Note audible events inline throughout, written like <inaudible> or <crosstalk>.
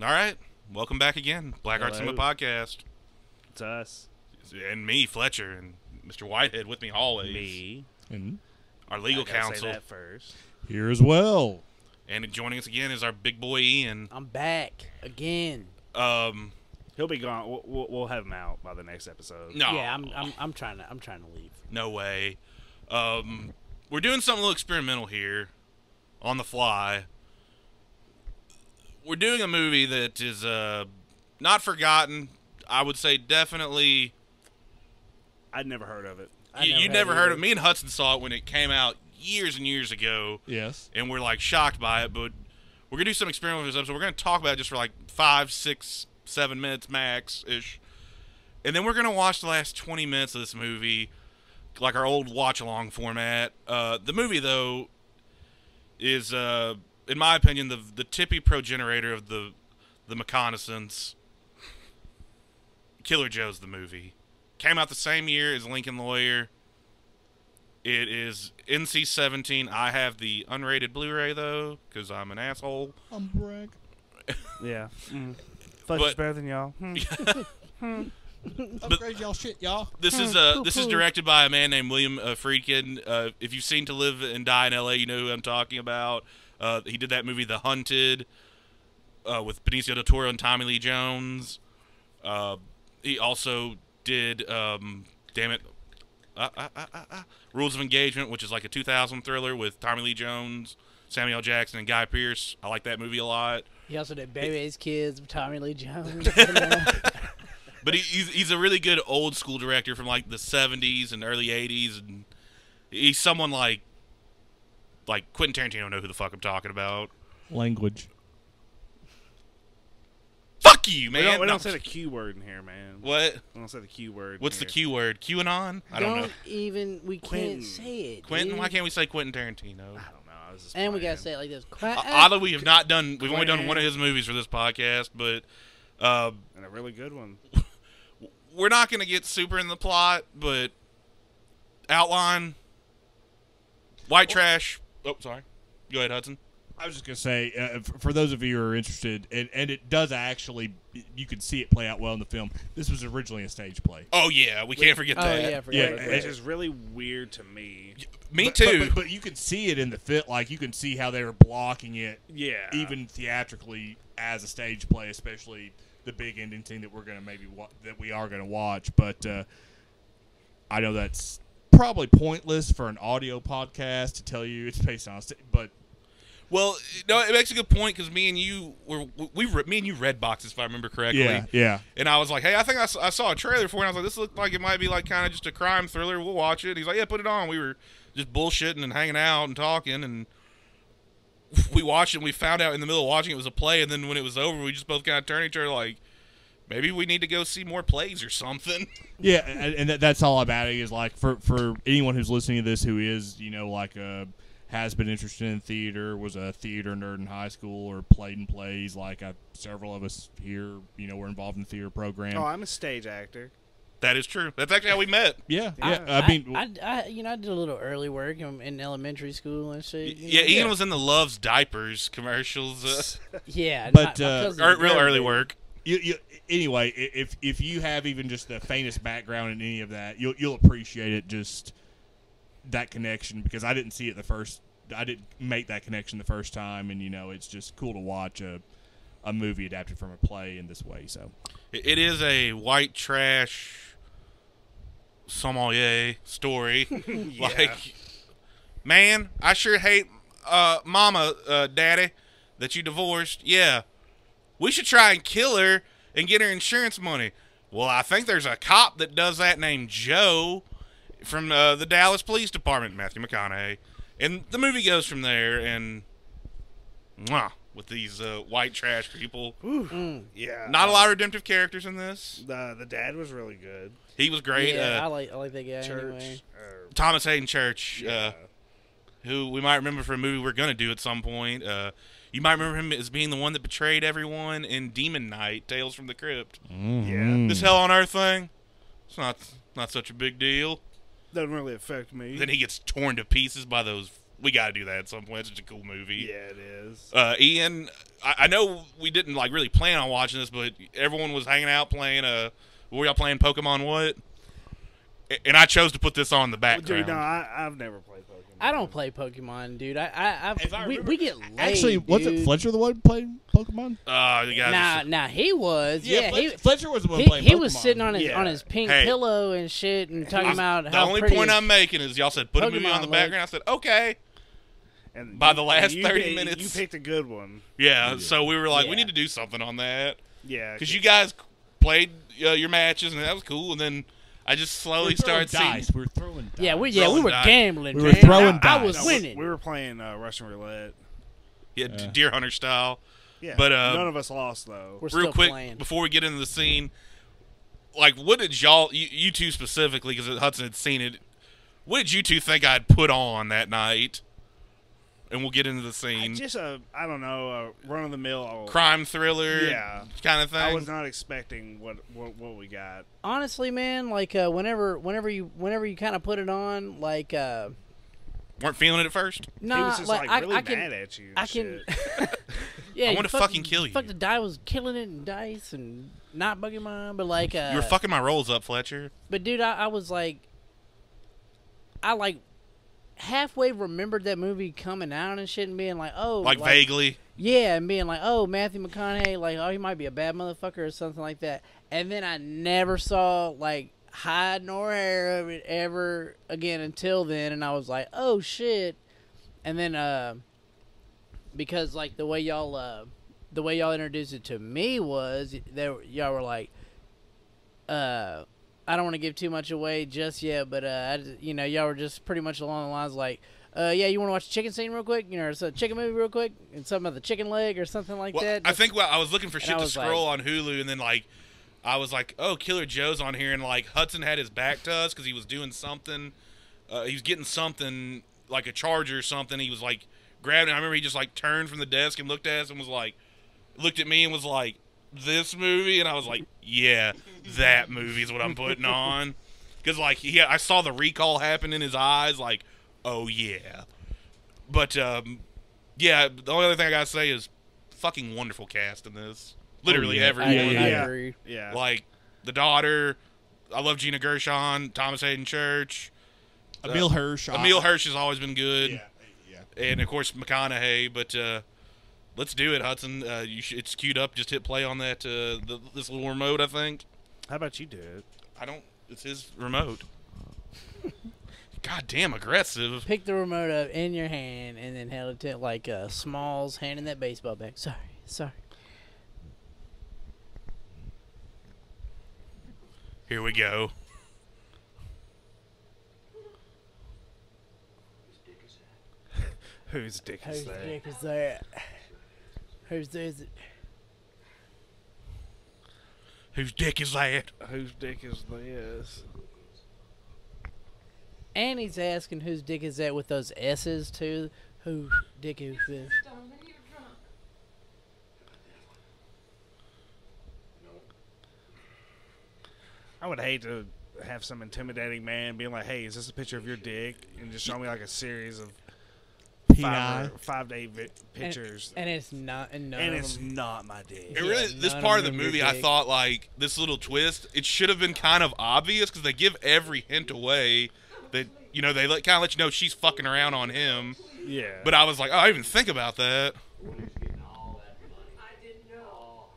All right. Welcome back again. Black Art Cinema Hello. Podcast. It's us. And me, Fletcher, and Mr. Whitehead with me always. Me. And Our legal I gotta counsel. Say that first. here as well. And joining us again is our big boy Ian. I'm back again. Um He'll be gone. We'll, we'll, we'll have him out by the next episode. no. Yeah, I'm, I'm I'm trying to I'm trying to leave. no way. Um we're doing something a little experimental here on the fly. We're doing a movie that is uh not forgotten. I would say definitely I'd never heard of it. I you, you had never any- heard of it. me and Hudson saw it when it came out years and years ago. Yes. and we're like shocked by it, but we're gonna do some experiment with this episode. We're gonna talk about it just for like five, six, seven minutes max ish, and then we're gonna watch the last twenty minutes of this movie, like our old watch along format. Uh, the movie though is, uh, in my opinion, the the tippy progenitor of the the reconnaissance. Killer Joe's the movie came out the same year as Lincoln Lawyer. It is NC 17. I have the unrated Blu ray, though, because I'm an asshole. I'm brag. Yeah. Mm. But- Fletcher's better than y'all. Hmm. Upgrade y'all shit, y'all. This is uh, this is directed by a man named William uh, Friedkin. Uh, if you've seen To Live and Die in L.A., you know who I'm talking about. Uh, he did that movie The Hunted uh, with Benicio del Toro and Tommy Lee Jones. Uh, he also did, um, damn it, uh, uh, uh, uh, uh, Rules of Engagement, which is like a 2000 thriller with Tommy Lee Jones, Samuel Jackson, and Guy Pearce. I like that movie a lot. He also did Baby's Kids with Tommy Lee Jones. <laughs> But he, he's he's a really good old school director from like the '70s and early '80s, and he's someone like like Quentin Tarantino. Know who the fuck I'm talking about? Language. Fuck you, we man. don't, we No. don't say the Q word in here, man. what? We don't say the Q word. in What's the here. Q word? QAnon? I don't know. even we Quentin. can't say it. Quentin? dude. Why can't we say Quentin Tarantino? I don't know. I was just And we playing. gotta say it like this. Quentin. O- Oddly, we have not done. We've only done Uh, Quentin. one of his movies for this podcast, but uh, And a really good one. we're not going to get super in the plot. But outline, white trash. Oh, sorry. Go ahead, Hudson. I was just gonna say, uh, f- for those of you who are interested, and, and it does actually, you can see it play out well in the film. This was originally a stage play. Oh yeah, we can't forget oh that. yeah, I forgot Yeah, about Which that. is really weird to me. Me But- too. But, but, but you can see it in the fit. Like you can see how they were blocking it, Yeah. even theatrically as a stage play, especially the big ending thing that we're gonna maybe wa- that we are gonna watch. But uh, I know that's probably pointless for an audio podcast to tell you it's based on, a sta- but well, no, it makes a good point because me and you were we re- me and you read boxes if I remember correctly. yeah. And I was like, hey, I think I s- I saw, a trailer for it. And I was like, this looked like it might be like kind of just a crime thriller. We'll watch it. And he's like, yeah, put it on. We were just bullshitting and hanging out and talking and. We watched it and we found out in the middle of watching it was a play, and then when it was over, we just both kind of turned to each other like, maybe we need to go see more plays or something. <laughs> Yeah, and, and that, that's all about it is like for for anyone who's listening to this who is you know like uh has been interested in theater, was a theater nerd in high school, or played in plays. Like I, several of us here, you know, were involved in the theater program. Oh, I'm a <laughs> stage actor. That is true. That's actually how we met. yeah, I- yeah. I, mean, I, I, you know, I did a little early work in, in elementary school and shit. you Yeah, know? Ian was in the Love's diapers commercials. Uh, Yeah, But, my- my uh, cousin Ear- was Er, real very early big. work. you, you, anyway, i- if if you have even just the faintest background in any of that, you'll you'll appreciate it. Just that connection because I didn't see it the first. I didn't make that connection the first time, and you know, it's just cool to watch a a movie adapted from a play in this way. So It it is a white trash sommelier story. Like, man, I sure hate uh, Mama, uh, Daddy, that you divorced. Yeah, we should try and kill her and get her insurance money. Well, I think there's a cop that does that named Joe from uh, the Dallas Police Department, Matthew McConaughey, and the movie goes from there. And mwah, with these uh, white trash people. Yeah. Not a lot of redemptive characters in this. The the dad was really good. He was great. Yeah, I uh, like I like that guy. Church. Er, Anyway. or- Thomas Hayden Church, uh, yeah. who we might remember from a movie we're gonna do at some point. Uh, you might remember him as being the one that betrayed everyone in Demon Knight: Tales from the Crypt. Yeah. This hell on earth thing, it's not not such a big deal. Doesn't really affect me. Then he gets torn to pieces by those we got to do that at some point. It's such a cool movie. Yeah, it is. Uh, Ian, I, I know we didn't like really plan on watching this, but everyone was hanging out playing. Uh, what were y'all playing Pokemon? What? A- And I chose to put this on the background. Dude, no, I, I've never played Pokemon. I don't play Pokemon, dude. I, I, I, If I we, remember- we get laid, Actually, wasn't dude. Fletcher the one playing Pokemon? Uh, you guys, Nah, nah, he was. Yeah, Fletcher, he, Fletcher was the one he, playing. he was Pokemon. sitting on his Yeah. on his pink Hey. pillow and shit, and talking I- about the how only pretty point his- I'm making is y'all said put a movie Pokemon on the look. background. I said okay. And by you- the last you 30 picked- minutes. You picked a good one. Yeah, so we were like, we Yeah. need to do something on that Yeah. because you guys played uh, your matches and that was cool. And then I just We slowly were throwing started seeing. dice. We were throwing. Dice. Yeah, we yeah we Throwing were dice. gambling. We were man. throwing I, I dice. was No, we- winning. We were playing uh, Russian roulette. Yeah, Yeah. deer hunter style. Yeah. But, uh, none of us lost though. We're Real still quick playing. before we get into the scene, like what did y'all, you, you two specifically, because Hudson had seen it. What did you two think I'd put on that night? And we'll get into the I scene. just a I don't know a run of the mill. Crime thriller, Yeah. kind of thing. I was not expecting what what, what we got. Honestly, man, like uh, whenever whenever you whenever you kind of put it on, like uh, weren't feeling it at first. nah, he was just like, really Uh, I, I can mad at you. and I can. <laughs> shit. yeah, I you wanna fucking kill you. Fuck the die was killing it in dice and not bugging mine, but like uh, you were fucking my rolls up, Fletcher. But dude, I, I was like, I like halfway remembered that movie coming out and shit, and being like, oh, Like, vaguely. yeah, and being like, oh, Matthew McConaughey, like, oh, he might be a bad motherfucker or something like that. And then I never saw like hide nor hair of it ever again until then, and I was like, oh shit. And then, uh, because like the way y'all, uh, the way y'all introduced it to me was there, y'all were like, uh. I don't want to give too much away just yet, but uh, I just- you know, y'all were just pretty much along the lines like, uh, yeah, you want to watch the chicken scene real quick, you know, or so chicken movie real quick, and something about the chicken leg or something like Well, that. I think well, I was looking for shit I to was like- scroll on Hulu, and then like I was like, "Oh, Killer Joe's on here," and like Hudson had his back to us because he was doing something. Uh, he was getting something like a charger or something. He was like grabbing. I remember he just like turned from the desk and looked at us and was like, looked at me and was like, "This movie," and I was like, "Yeah, that movie is what I'm putting on," because like he, I saw the recall happen in his eyes, like, "Oh yeah." But um, yeah, the only other thing I gotta say is fucking wonderful cast in this. Literally Oh, yeah. everyone. Yeah, yeah, I yeah. agree. yeah. Like the daughter. I love Gina Gershon, Thomas Hayden Church. Emil Hirsch. uh, I- Emil Hirsch has always been good, Ah. Yeah, yeah. and of course McConaughey. But uh, let's do it, Hudson. Uh, you sh- it's queued up. Just hit play on that uh, the, this little remote. I think How about you do it? I don't. It's his remote. God damn aggressive. Pick the remote up in your hand and then held it to like uh, Smalls handing that baseball back. Sorry, sorry. Here we go. <laughs> Whose dick Whose is that? dick is that? Whose dick is it? Whose dick is that? Whose dick is this? And he's asking whose dick is that with those S's too. Whose dick is this? I would hate to have some intimidating man being like, "Hey, is this a picture of your dick?" and just show me like a series of P.I. five, or- five to eight vi- pictures, And it's not. And, none and of it's them- not my dick. It really, Yeah, this none part of of the them are movie, I big. thought like this little twist. It should have been kind of obvious because they give every hint away that you know they let kind of let you know she's fucking around on him. Yeah, But I was like, oh, I didn't even think about that. I didn't know.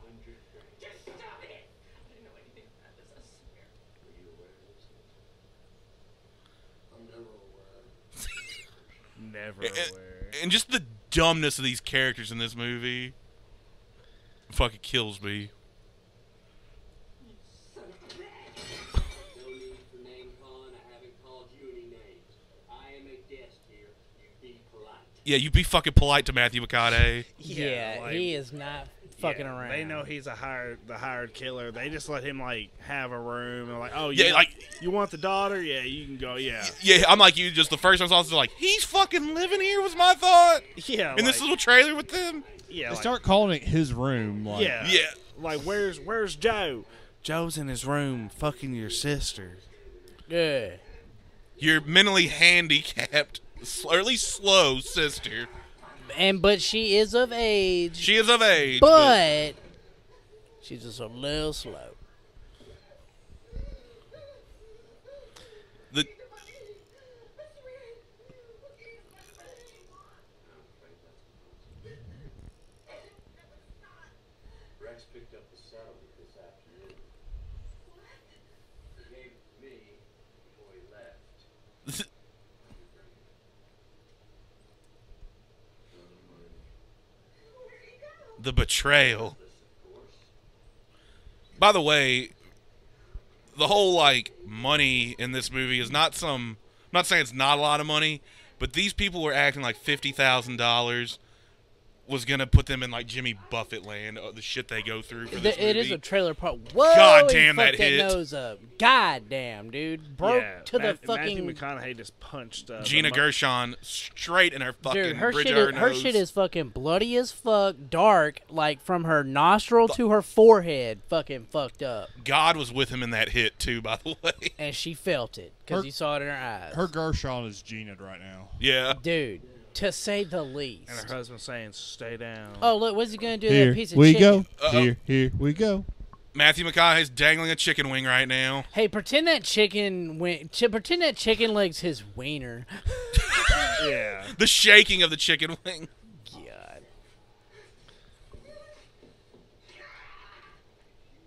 Just stop it. I didn't know anything about this. I swear. never And, aware. and just the dumbness of these characters in this movie, fucking kills me. Son of a bitch. No need for name calling. I haven't called you any names. I am a guest here. You be polite. Yeah, you be fucking polite to Matthew McConaughey. yeah, Yeah, like- he is not fucking Yeah, around. They know he's a hired, the hired killer. They just let him like have a room and like, oh you Yeah, want- like- you want the daughter? Yeah, you can go. Yeah, Yeah, I'm like you. Just the first time I saw this, like he's fucking living here was my thought <laughs> yeah. in this like- little trailer with them. yeah, They like- start calling it his room. Like, yeah, Yeah. Like, where's where's Joe? Joe's in his room fucking your sister. Good. You're mentally handicapped S- or at least slow sister. and but she is of age, She is of age, but, but she's just a little slow. the Rex picked up the settlement this afternoon. What? He gave it to me before he left. the betrayal. By the way, the whole like money in this movie is not some. I'm not saying it's not a lot of money, but these people were acting like fifty thousand dollars was gonna put them in like Jimmy Buffett land. uh, The shit they go through for this Th- it is movie. a trailer park. Whoa! God he damn, fucked that hit. nose up. God damn, dude, broke Yeah, to Matt- the fucking. Matthew McConaughey just punched uh, the Gina mo- Gershon straight in her fucking Dude, her bridge shit, of her is, her nose. shit is fucking bloody as fuck, dark, like from her nostril to her forehead, fucking fucked up, God was with him in that hit too, by the <laughs> way. and she felt it because Her- you saw it in her eyes. Her Gershon is Gina right now. Yeah. dude, to say the And least. her husband saying, "Stay down." Oh look, what's he gonna do? to Here that piece of we chicken? go. Uh-oh. Here, here we go. Matthew McConaughey's dangling a chicken wing right now. Hey, pretend that chicken went. Ch- pretend that chicken legs his wiener. <laughs> <laughs> Yeah, The shaking of the chicken wing. <laughs> God.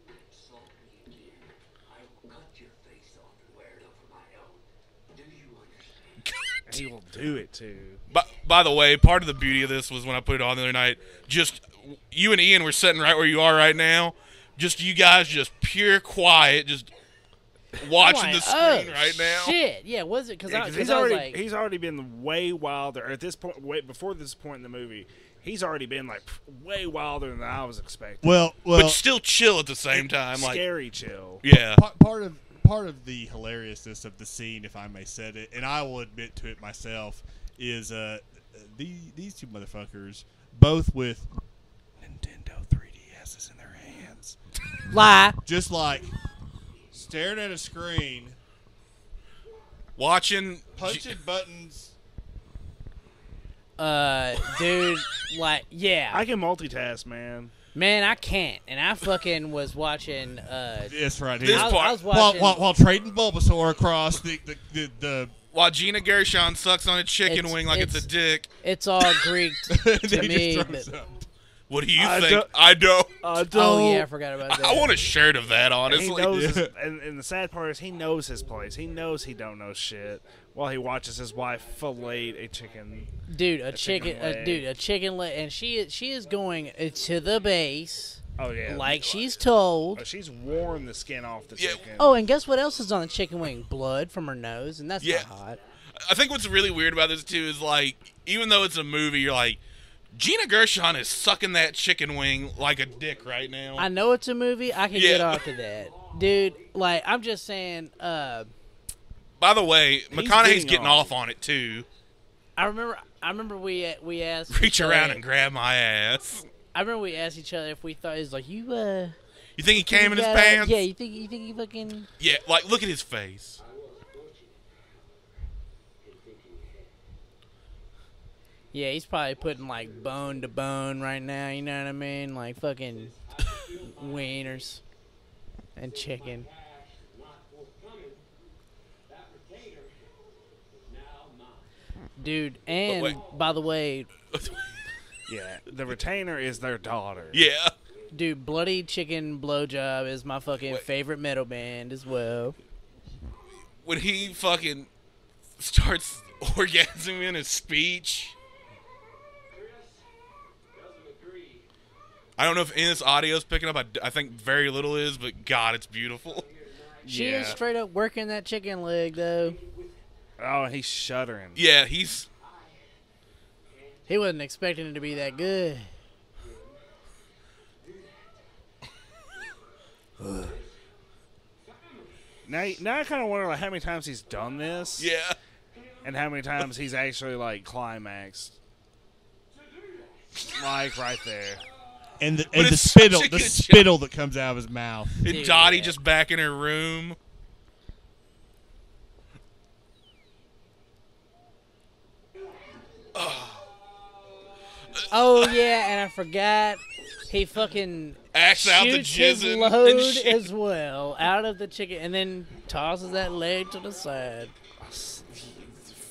Insult me again. I will cut your face off and wear it over my own. Do you understand? and he will do it too. By, by the way, part of the beauty of this was when I put it on the other night. Just you and Ian were sitting right where you are right now. Just you guys, just pure quiet, just watching Like, the oh, screen right now. Shit. Yeah, was it? Because Yeah, I, 'cause 'cause he's I was already like, he's already been way wilder at this point. Way, before this point in the movie, he's already been like pff, way wilder than I was expecting. Well, But well, still chill at the same time. Like, scary chill. yeah. Pa- part of part of the hilariousness of the scene, if I may say it, and I will admit to it myself, is uh, the, these two motherfuckers, both with Nintendo 3DSs in their hands, lie. just like staring at a screen, Watching. punching buttons. Uh, dude, like, yeah, I can multitask, man. man, I can't, and I fucking was watching. Uh, This right This I, here. I part- was While, watching. while, while trading Bulbasaur across the the, the, the <laughs> While Gina Gershon sucks on a chicken It's- wing like it's, it's- a dick. It's all <laughs> Greek they to me. just throws but- up. What do you I think? don't- I don't. <laughs> I oh yeah, I forgot about that. I want a shirt of that, And he honestly. knows, his- Yeah. <laughs> and, and the sad part is he knows his place. He knows he don't know shit. While he watches his wife fillet a chicken, dude, a chicken chicken, a, leg. dude, a chicken leg, and she is she is going uh, to the base oh yeah, like she's told. oh, she's worn the skin off the Yeah. chicken. Oh, and guess what else is on the chicken wing? Blood from her nose, and that's Yeah. not hot. I think what's really weird about this too is like, even though it's a movie, you're like, Gina Gershon is sucking that chicken wing like a dick right now. I know it's a movie. I can Yeah. get off to that, dude. Like, I'm just saying. Uh, By the way, McConaughey's getting getting off. off. on it too. I remember. I remember we uh, we asked. Reach each other- around and grab my ass. I remember we asked each other if we thought it was like you. uh You think he came you in his got a- pants? Yeah, you think you think you fucking. Yeah, like look at his face. <laughs> Yeah, he's probably putting like bone to bone right now. You know what I mean? <laughs> Like fucking wieners and chicken. Cash is not forthcoming. That retainer is now mine. Dude, and wait. by the way, Yeah, the retainer is their daughter. Yeah. dude, Bloody Chicken Blowjob is my fucking Wait. favorite metal band as well. When he fucking starts <laughs> orgasming in his speech. Chris doesn't agree. I don't know if any of this audio is picking up. I, I think very little is, but God, it's beautiful. <laughs> She is Yeah. straight up working that chicken leg though. Oh, and he's shuddering. Yeah, he's He wasn't expecting it to be that good. Now, now I kind of wonder like how many times he's done this, yeah. and how many times he's actually like climaxed, <laughs> like right there. and the, But and the it's such spittle a the good job. spittle that comes out of his mouth. And Dude, Dottie yeah. just back in her room. Oh yeah, and I forgot he fucking Axe out the shoots his jizzing load and <laughs> shit. as well out of the chicken, and then tosses that leg to the side.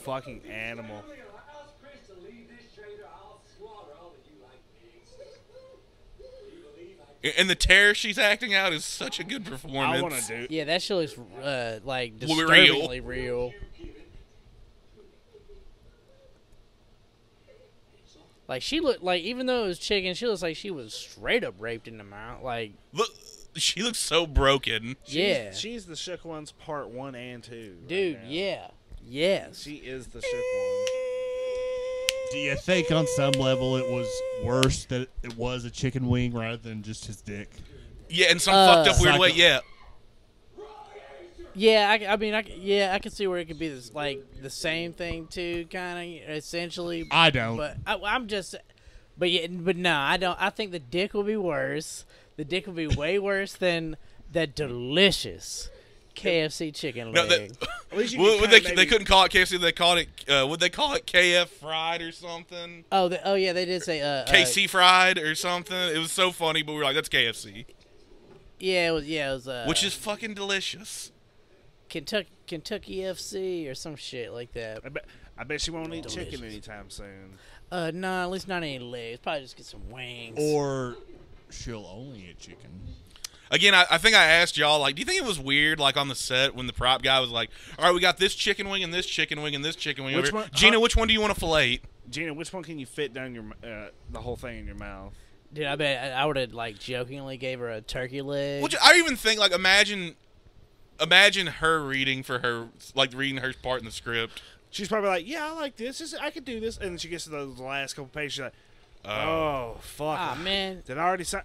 Fucking animal. I asked Chris to leave this trailer. I'll slaughter all of you like pigs. You believe I And the terror she's acting out is such a good performance. I want to do. Yeah, that shit looks uh, like Well, real. disturbingly real. Like she looked like even though it was chicken, she looks like she was straight up raped in the mouth. Like Look, she looks so broken. yeah, She's the shook ones part one and two. right now. dude, yeah, yes. She is the shook one. Do Do you think on some level it was worse that it was a chicken wing rather than just his dick? Yeah, in some Uh, fucked up weird way. Psycho. Yeah, Yeah, I, I mean, I, c- yeah, I can see where it could be this like the same thing too, kind of essentially. I don't. but I, I'm just, but yeah, but no, I don't. I think the dick will be worse. The dick will be way worse than that delicious KFC chicken no, leg. that, At least you well, can they, kinda they maybe- couldn't call it KFC. They called it. Uh, would they call it KF fried or something? oh, the, oh yeah, they did say uh, Uh, KC fried or something. It was so funny, but we were like, that's KFC, yeah, it was yeah, it was uh, which is fucking delicious. Kentucky Kentucky FC or some shit like that. I bet, I bet she won't eat chicken Delicious. anytime soon. Uh, no, at least not any legs. Probably just get some wings. Or she'll only eat chicken. Again, I, I think I asked y'all like, do you think it was weird like on the set when the prop guy was like, all right, we got this chicken wing and this chicken wing and this chicken wing. Which over here. one- Gina, huh? which one do you want to fillet? Gina, which one can you fit down your m- uh, the whole thing in your mouth? Dude, I bet I, I would have like jokingly gave her a turkey leg. Which I even think like imagine, imagine her reading for her like reading her part in the script. She's probably like, "Yeah, I like this. this I could do this." And then she gets to those last couple pages. She's like, "Oh, fuck! Ah man, Did I already sign?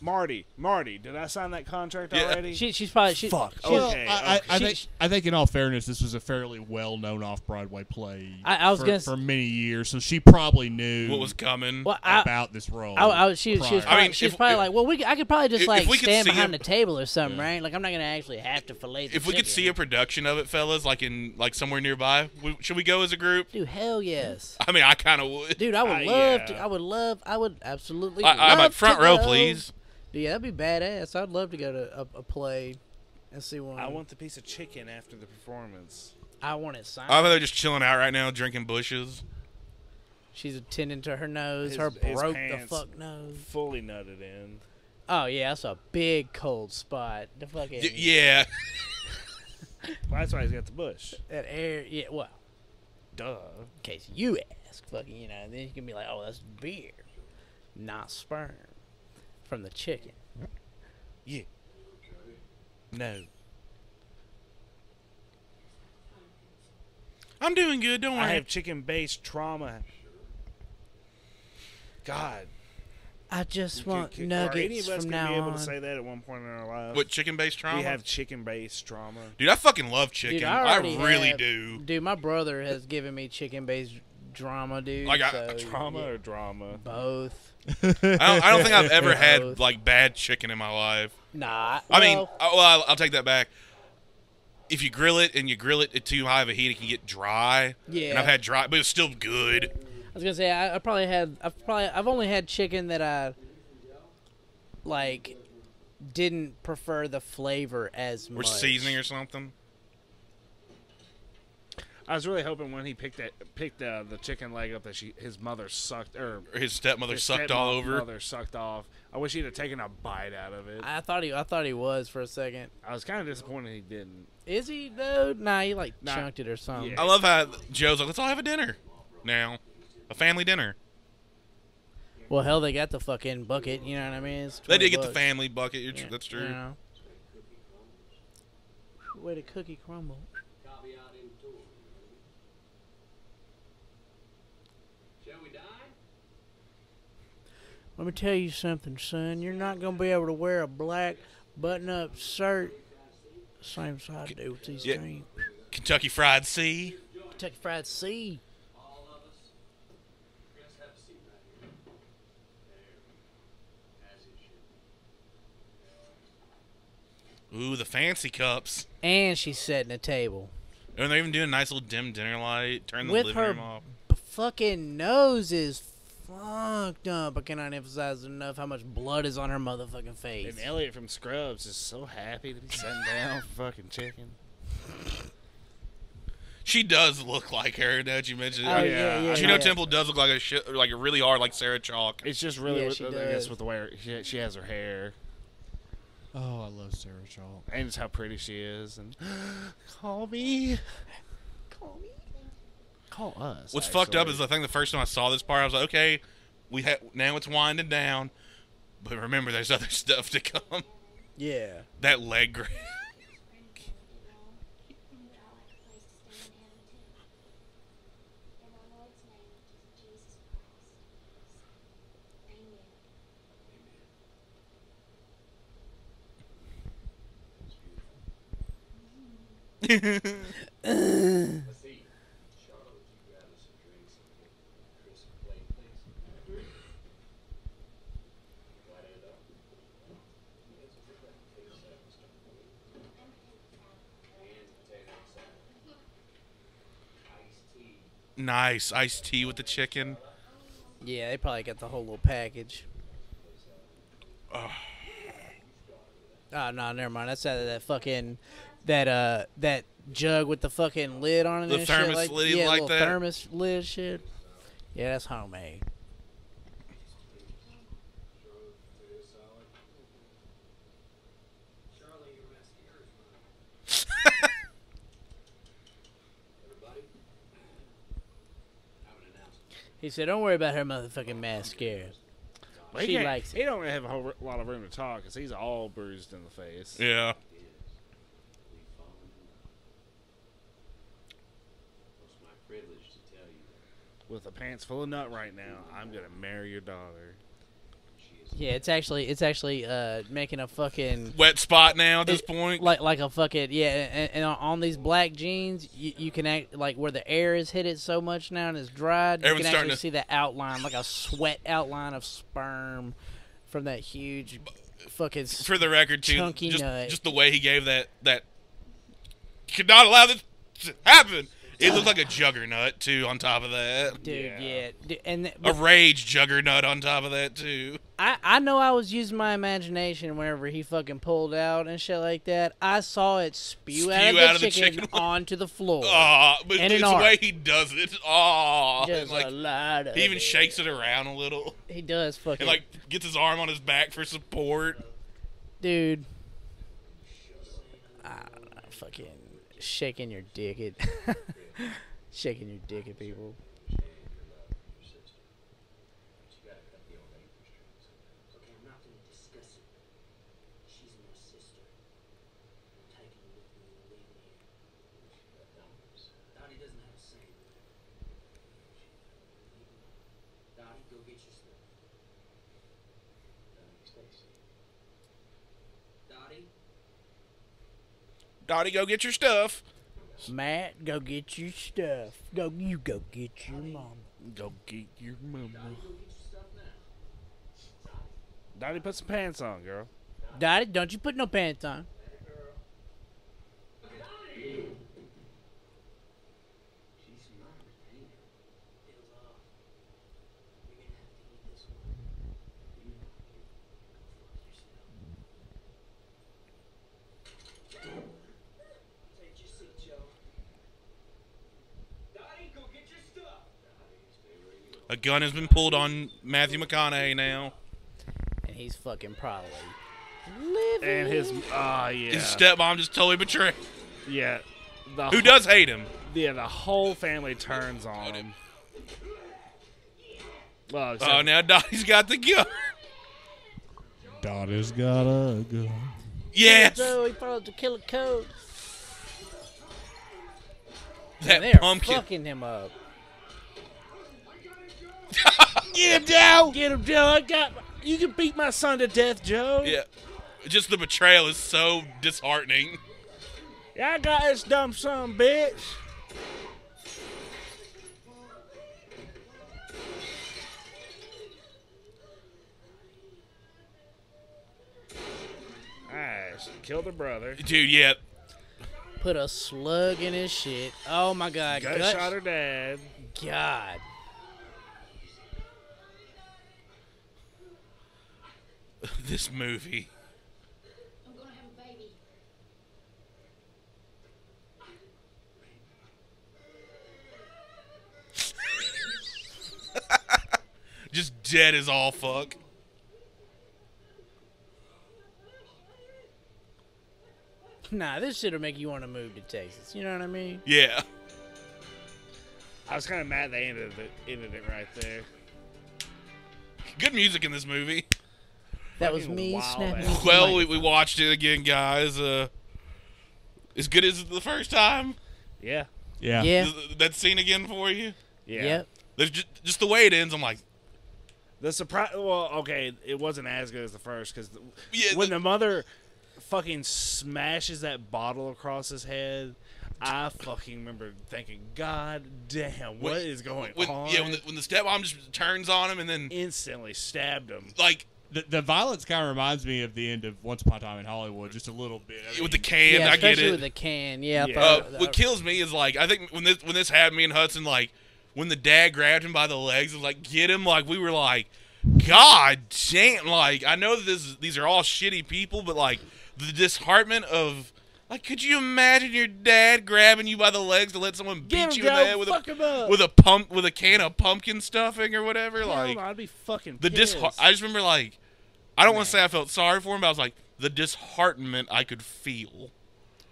Marty, Marty, did I sign that contract Yeah. already?" she, she's probably she, Fuck. She, Okay, Well, I, I, I okay. think I think in all fairness, this was a fairly well-known off-Broadway play. I- I was for, gonna s- for many years, so she probably knew What was coming? Mm. well, I, about this role. I, I was she, she was prior. probably, I mean, she was if- probably if- like, well, we could- I could probably just if- like if we could stand see behind it- the table or something, right? Like I'm not gonna actually have to fillet. The if we could see a chicken. production of it, fellas, like in like somewhere nearby, we, should we go as a group? dude, hell yes, I mean, I kind of would. dude, I would Uh, love to. yeah. I would love. I would absolutely. I, I'm love like front to row, go." please. Dude, yeah, that'd be badass. I'd love to go to a, a play and see one. I want the piece of chicken after the performance. I want it signed. I'm they're just chilling out right now, drinking bushes. She's attending to her nose. His- her his broke the pants. fuck nose. Fully nutted in. Oh yeah, that's a big cold spot. The fucking Y- yeah, <laughs> Well, that's why he's got the bush. that air. Yeah, well, Duh. in case you ask, fucking, you know, then you can be like, oh, that's beer, not sperm from the chicken. Yeah. No. I'm doing good. Don't I worry. have chicken-based trauma. God. I just want Could- Are any nuggets of us from gonna now be able on. to say that at one point in our lives? what chicken based trauma? We have chicken-based trauma. Dude, I fucking love chicken. Dude, I, already really have- <laughs> do. Dude, my brother has given me chicken-based drama, dude. Like, I- so, Trauma yeah, or drama? both. I don't, I <laughs> don't think I've ever Both. had like bad chicken in my life. Nah. I mean, well, I, well, I'll, I'll take that back. If you grill it and you grill it at too high of a heat, it can get dry. And Yeah. I've had dry, but it's still good. I was gonna say I, I probably had I've probably I've only had chicken that I like didn't prefer the flavor as Or much. seasoning or something. I was really hoping when he picked that picked uh, the chicken leg up that she his mother sucked or Or his stepmother his sucked all stepmom- over. Mother sucked off. I wish he'd have taken a bite out of it. I, I thought he I thought he was for a second. was kind of disappointed he didn't. Is he though? Nah, he like Nah. chunked it or something. Yeah. I love how Joe's like, let's all have a dinner now. A family dinner. Well, hell, they got the fucking bucket. You know what I mean? It's They did 20 get the bucks. family bucket. You're tr- Yeah, That's you true. know. Way to cookie crumble. copy out in two. Shall we die? Let me tell you something, son. You're not gonna be able to wear a black button-up shirt. Same as I do with these Yeah. jeans. Kentucky Fried C. Kentucky Fried C. All of us? Let's have a seat right here. There. As it should be. Ooh, the fancy cups. And she's setting a table And they're even doing a nice little dim dinner light. Turn the with living her room off. b- fucking nose is fucked up. I cannot emphasize enough how much blood is on her motherfucking face. And Elliot from Scrubs is so happy to be sitting <laughs> down fucking chicken. She does look like her. Now that you mentioned it, Oh, yeah, yeah, Juno yeah. Temple does look like a shi like really hard, like Sarah Chalk. It's just really, Yeah, with, she I does. guess, with the way her, she, she has her hair Oh, I love Sarah Shaw. and just how pretty she is. And <gasps> call me, call me, call us. What's fucked up actually. is I think the first time I saw this part, I was like, okay, we ha- now it's winding down, but remember there's other <laughs> stuff to come. yeah. That leg grab. Let's see. Charlotte, would you grab us some drinks and get Chris a plate, please? Right hand up. Yes, if you'd like to take a second, Mr. And potato salad. Iced tea. nice iced tea with the chicken. Yeah, they probably got the whole little package. Oh, no, never mind. That's out of that fucking that uh that jug with the fucking lid on it. The and thermos shit like, lid yeah, like little that? thermos lid shit. Yeah, that's homemade. Charlie, your mascara is mine. Everybody? I have an announcement. He said, "Don't worry about her motherfucking mascara." Well, he she can't- likes it. He don't have a whole r- lot of room to talk because he's all bruised in the face. Yeah. We've fallen in love. It was my privilege to tell you that With a pants full of nut right now, I'm gonna marry your daughter. she is Yeah, it's actually it's actually uh making a fucking Wet spot now at this It- point. like like a fucking yeah, and, and on these black jeans, you, you can act like where the air is hit it so much now and it's dried. You Everyone's can starting actually to- see the outline, like a sweat outline of sperm from that huge fucking. s- for the record too. Chunky just, nut. just the way he gave that that could not allow this to happen. It looked like a juggernaut too. On top of that, Dude, yeah, Yeah. Dude, and th- a rage juggernaut on top of that too. I I know I was using my imagination whenever he fucking pulled out and shit like that. I saw it spew, out, of Spew the out of the chicken chicken. onto <laughs> the floor. Ah, but And an it's the arc. way he does it. Ah, Just a like lot of he even it. shakes it around a little He does and fucking like gets his arm on his back for support. dude. I don't know, fucking shaking your dick at <laughs> shaking your dick at people. Okay, I'm not gonna discuss it. She's my sister. I'm taking her with me and leaving here. Dottie doesn't have a saying. Dottie, go get your stuff. Dottie? Dottie, go get your stuff. Matt, go get your stuff. Go, you go get your mom. Go get your mama. Dottie, put some pants on, girl. Daddy, don't you put no pants on. She's mine, ain't it? Feels off. You're gonna have to eat this one. You know I do. Go fuck yourself. Take your seat, Joe. Dottie, go get your stuff! A gun has been pulled on Matthew McConaughey now. And he's fucking probably living. And his, ah, yeah, His stepmom just totally betrayed. yeah. The Who does hate him? Yeah, the whole family turns on him. Well, except, Oh, now Dottie's got the gun. Daughter's got a gun. Yes, So he followed the killer code. And that they're pumpkin. fucking him up. Get him down! get him, Joe. I got. You can beat my son to death, Joe. Yeah, just the betrayal is so disheartening. Yeah, I got this dumb son, bitch. Alright, she killed her brother. Dude, yeah, <laughs> Put a slug in his shit. Oh my god. Gut gut- shot her dad. God. this movie. I'm gonna have a baby. Just dead as all fuck. Nah, this shit'll make you want to move to Texas. You know what I mean? Yeah. I was kind of mad they ended it, ended it right there. Good music in this movie. That was Fucking me wild snapping. ass. Well, we, we watched it again, guys. Uh, as good as the first time. Yeah. Yeah. yeah. Th- That scene again for you. Yeah. Yep. There's just, just the way it ends. I'm like, The surprise. Well, okay, it wasn't as good as the first because Yeah, when the- the, mother fucking smashes that bottle across his head, I fucking remember thinking, God damn, what When- is going when, on? yeah, when the, when the stepmom just turns on him and then Instantly stabbed him. like The, the violence kind of reminds me of the end of Once Upon a Time in Hollywood, just a little bit. I with the mean, can, yeah, I get especially it. with the can. Yeah. I Yeah. uh, thought- I- what kills me is like I think when this when this happened, me and Hudson like when the dad grabbed him by the legs and like get him, like we were like, God damn! Like I know that this these are all shitty people, but like the disheartment of like, could you imagine your dad grabbing you by the legs to let someone beat Get him, you in the Joe, head with fuck a him up. with a pump with a can of pumpkin stuffing or whatever? like Hell, I'd be fucking the pissed. disheart. I just remember like I don't want to say I felt sorry for him, but I was like the disheartenment I could feel.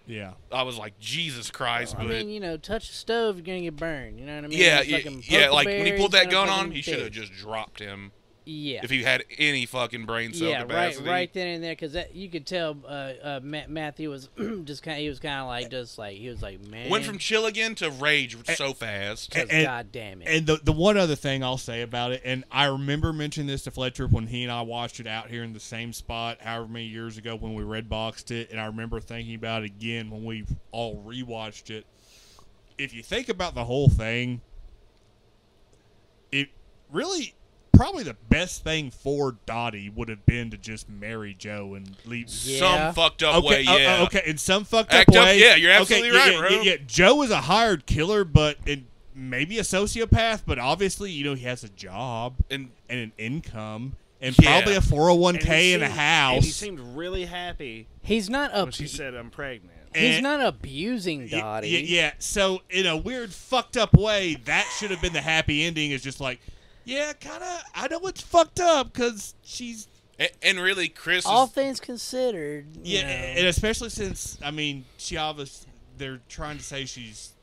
yeah. I was like Jesus Christ, I but mean, you know, touch the stove, you're gonna get burned. You know what I mean? yeah, It's yeah, fucking yeah. poker Like when he berries pulled and that a gun fucking on, he should have dick. just dropped him Yeah. if he had any fucking brain cell yeah, capacity. right, right then and there, because you could tell uh, uh, Ma- Matthew was <clears throat> just kind. He was kind of like just like he was like man. Went from chill again to rage Eh, so fast. 'cause and- God damn it. And the the one other thing I'll say about it, and I remember mentioning this to Fletcher when he and I watched it out here in the same spot, however many years ago when we red boxed it, and I remember thinking about it again when we all rewatched it. If you think about the whole thing, it really probably the best thing for Dottie would have been to just marry Joe and leave. Yeah. Some fucked up way, uh, uh, yeah. okay, in some fucked Act up up- way. yeah, you're okay, absolutely yeah, right, yeah, bro. Yeah, yeah, Joe is a hired killer, but and maybe a sociopath, but obviously, you know, he has a job And and an income and Yeah. probably a four hundred one And he k and a seemed- And he house. seemed really happy he's not when up. she said, "I'm pregnant." he's and- not abusing Y- Dottie. y- yeah, so in a weird fucked up way, that should have been the happy ending. Is just like, yeah, kind of. I know it's fucked up because she's and, and really, Chris. All Is, things considered. you Yeah, know. and especially since I mean, she obviously they're trying to say she's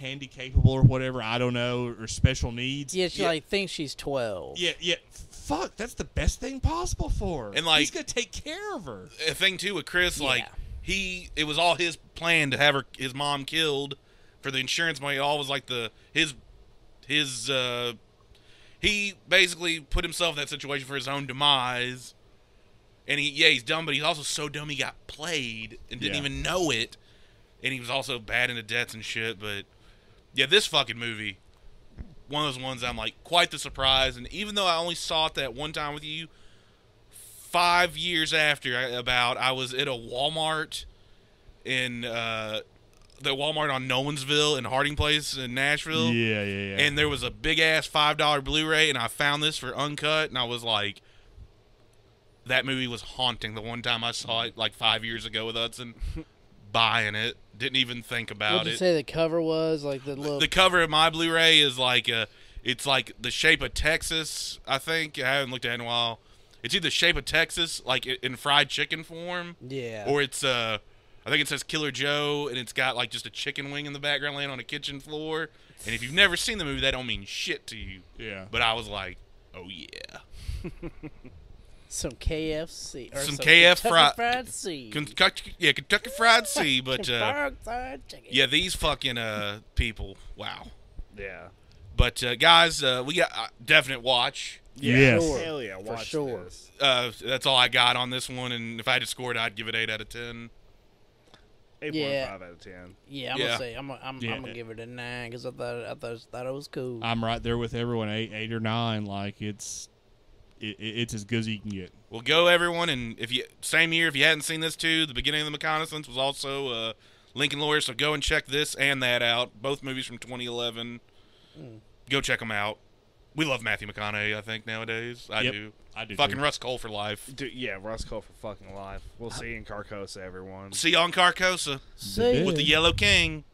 handicapable or whatever. I don't know or special needs. yeah, she like thinks she's twelve. yeah, yeah. Fuck, that's the best thing possible for her. And, like- he's gonna take care of her. a thing too with Chris, like Yeah. he, it was all his plan to have her, his mom killed for the insurance money. It all was like the his, his, uh, he basically put himself in that situation for his own demise. And he, yeah, he's dumb, but he's also so dumb he got played and didn't Yeah. even know it. And he was also bad into debts and shit. But yeah, this fucking movie, one of those ones I'm like quite the surprise. And even though I only saw it that one time with you, five years after I- about I was at a Walmart in uh, the Walmart on Nolansville and Harding Place in Nashville, Yeah, yeah, yeah. and there was a big ass five dollar Blu-ray, and I found this for uncut, and I was like, that movie was haunting. The one time I saw it like five years ago with Hudson, <laughs> buying it, didn't even think What'd about you it. say the cover was like the little? The cover of my Blu-ray is like a, it's like the shape of Texas. I think I haven't looked at it in a while. It's either shape of Texas, like i- in fried chicken form, yeah. or it's uh, I think it says Killer Joe, and it's got like just a chicken wing in the background laying on a kitchen floor. And if you've never seen the movie, that don't mean shit to you. yeah. But I was like, oh yeah, some KFC or Some some, KF Kentucky fri- fried sea. Kentucky, yeah, Kentucky Fried Sea. But uh, Kentucky fried chicken. yeah, these fucking uh people, wow. Yeah. But uh, guys, uh, we got uh, definite watch. Yes. Sure. Hell yeah, For watch sure. this. uh, that's all I got on this one. And if I had to score it, I'd give it eight out of ten. Eight point Yeah. five out of ten. Yeah, I'm Yeah. gonna say I'm gonna, I'm, Yeah. Uh, I'm gonna give it a nine because I thought I thought, thought it was cool. I'm right there with everyone, eight, eight or nine. Like it's, it, it- it's as good as you can get. Well, go everyone, and if you same year, if you hadn't seen this too, the beginning of the reconnaissance was also uh, Lincoln Lawyer. So go and Hmm. check this and that out. Both movies from 2011. Go check them out. We love Matthew McConaughey, I think, nowadays. I Yep, do. I do Fucking too. Russ Cole for life. Dude, yeah, Russ Cole for fucking life. We'll see you in Carcosa, everyone. See you on Carcosa See, with the Yellow King.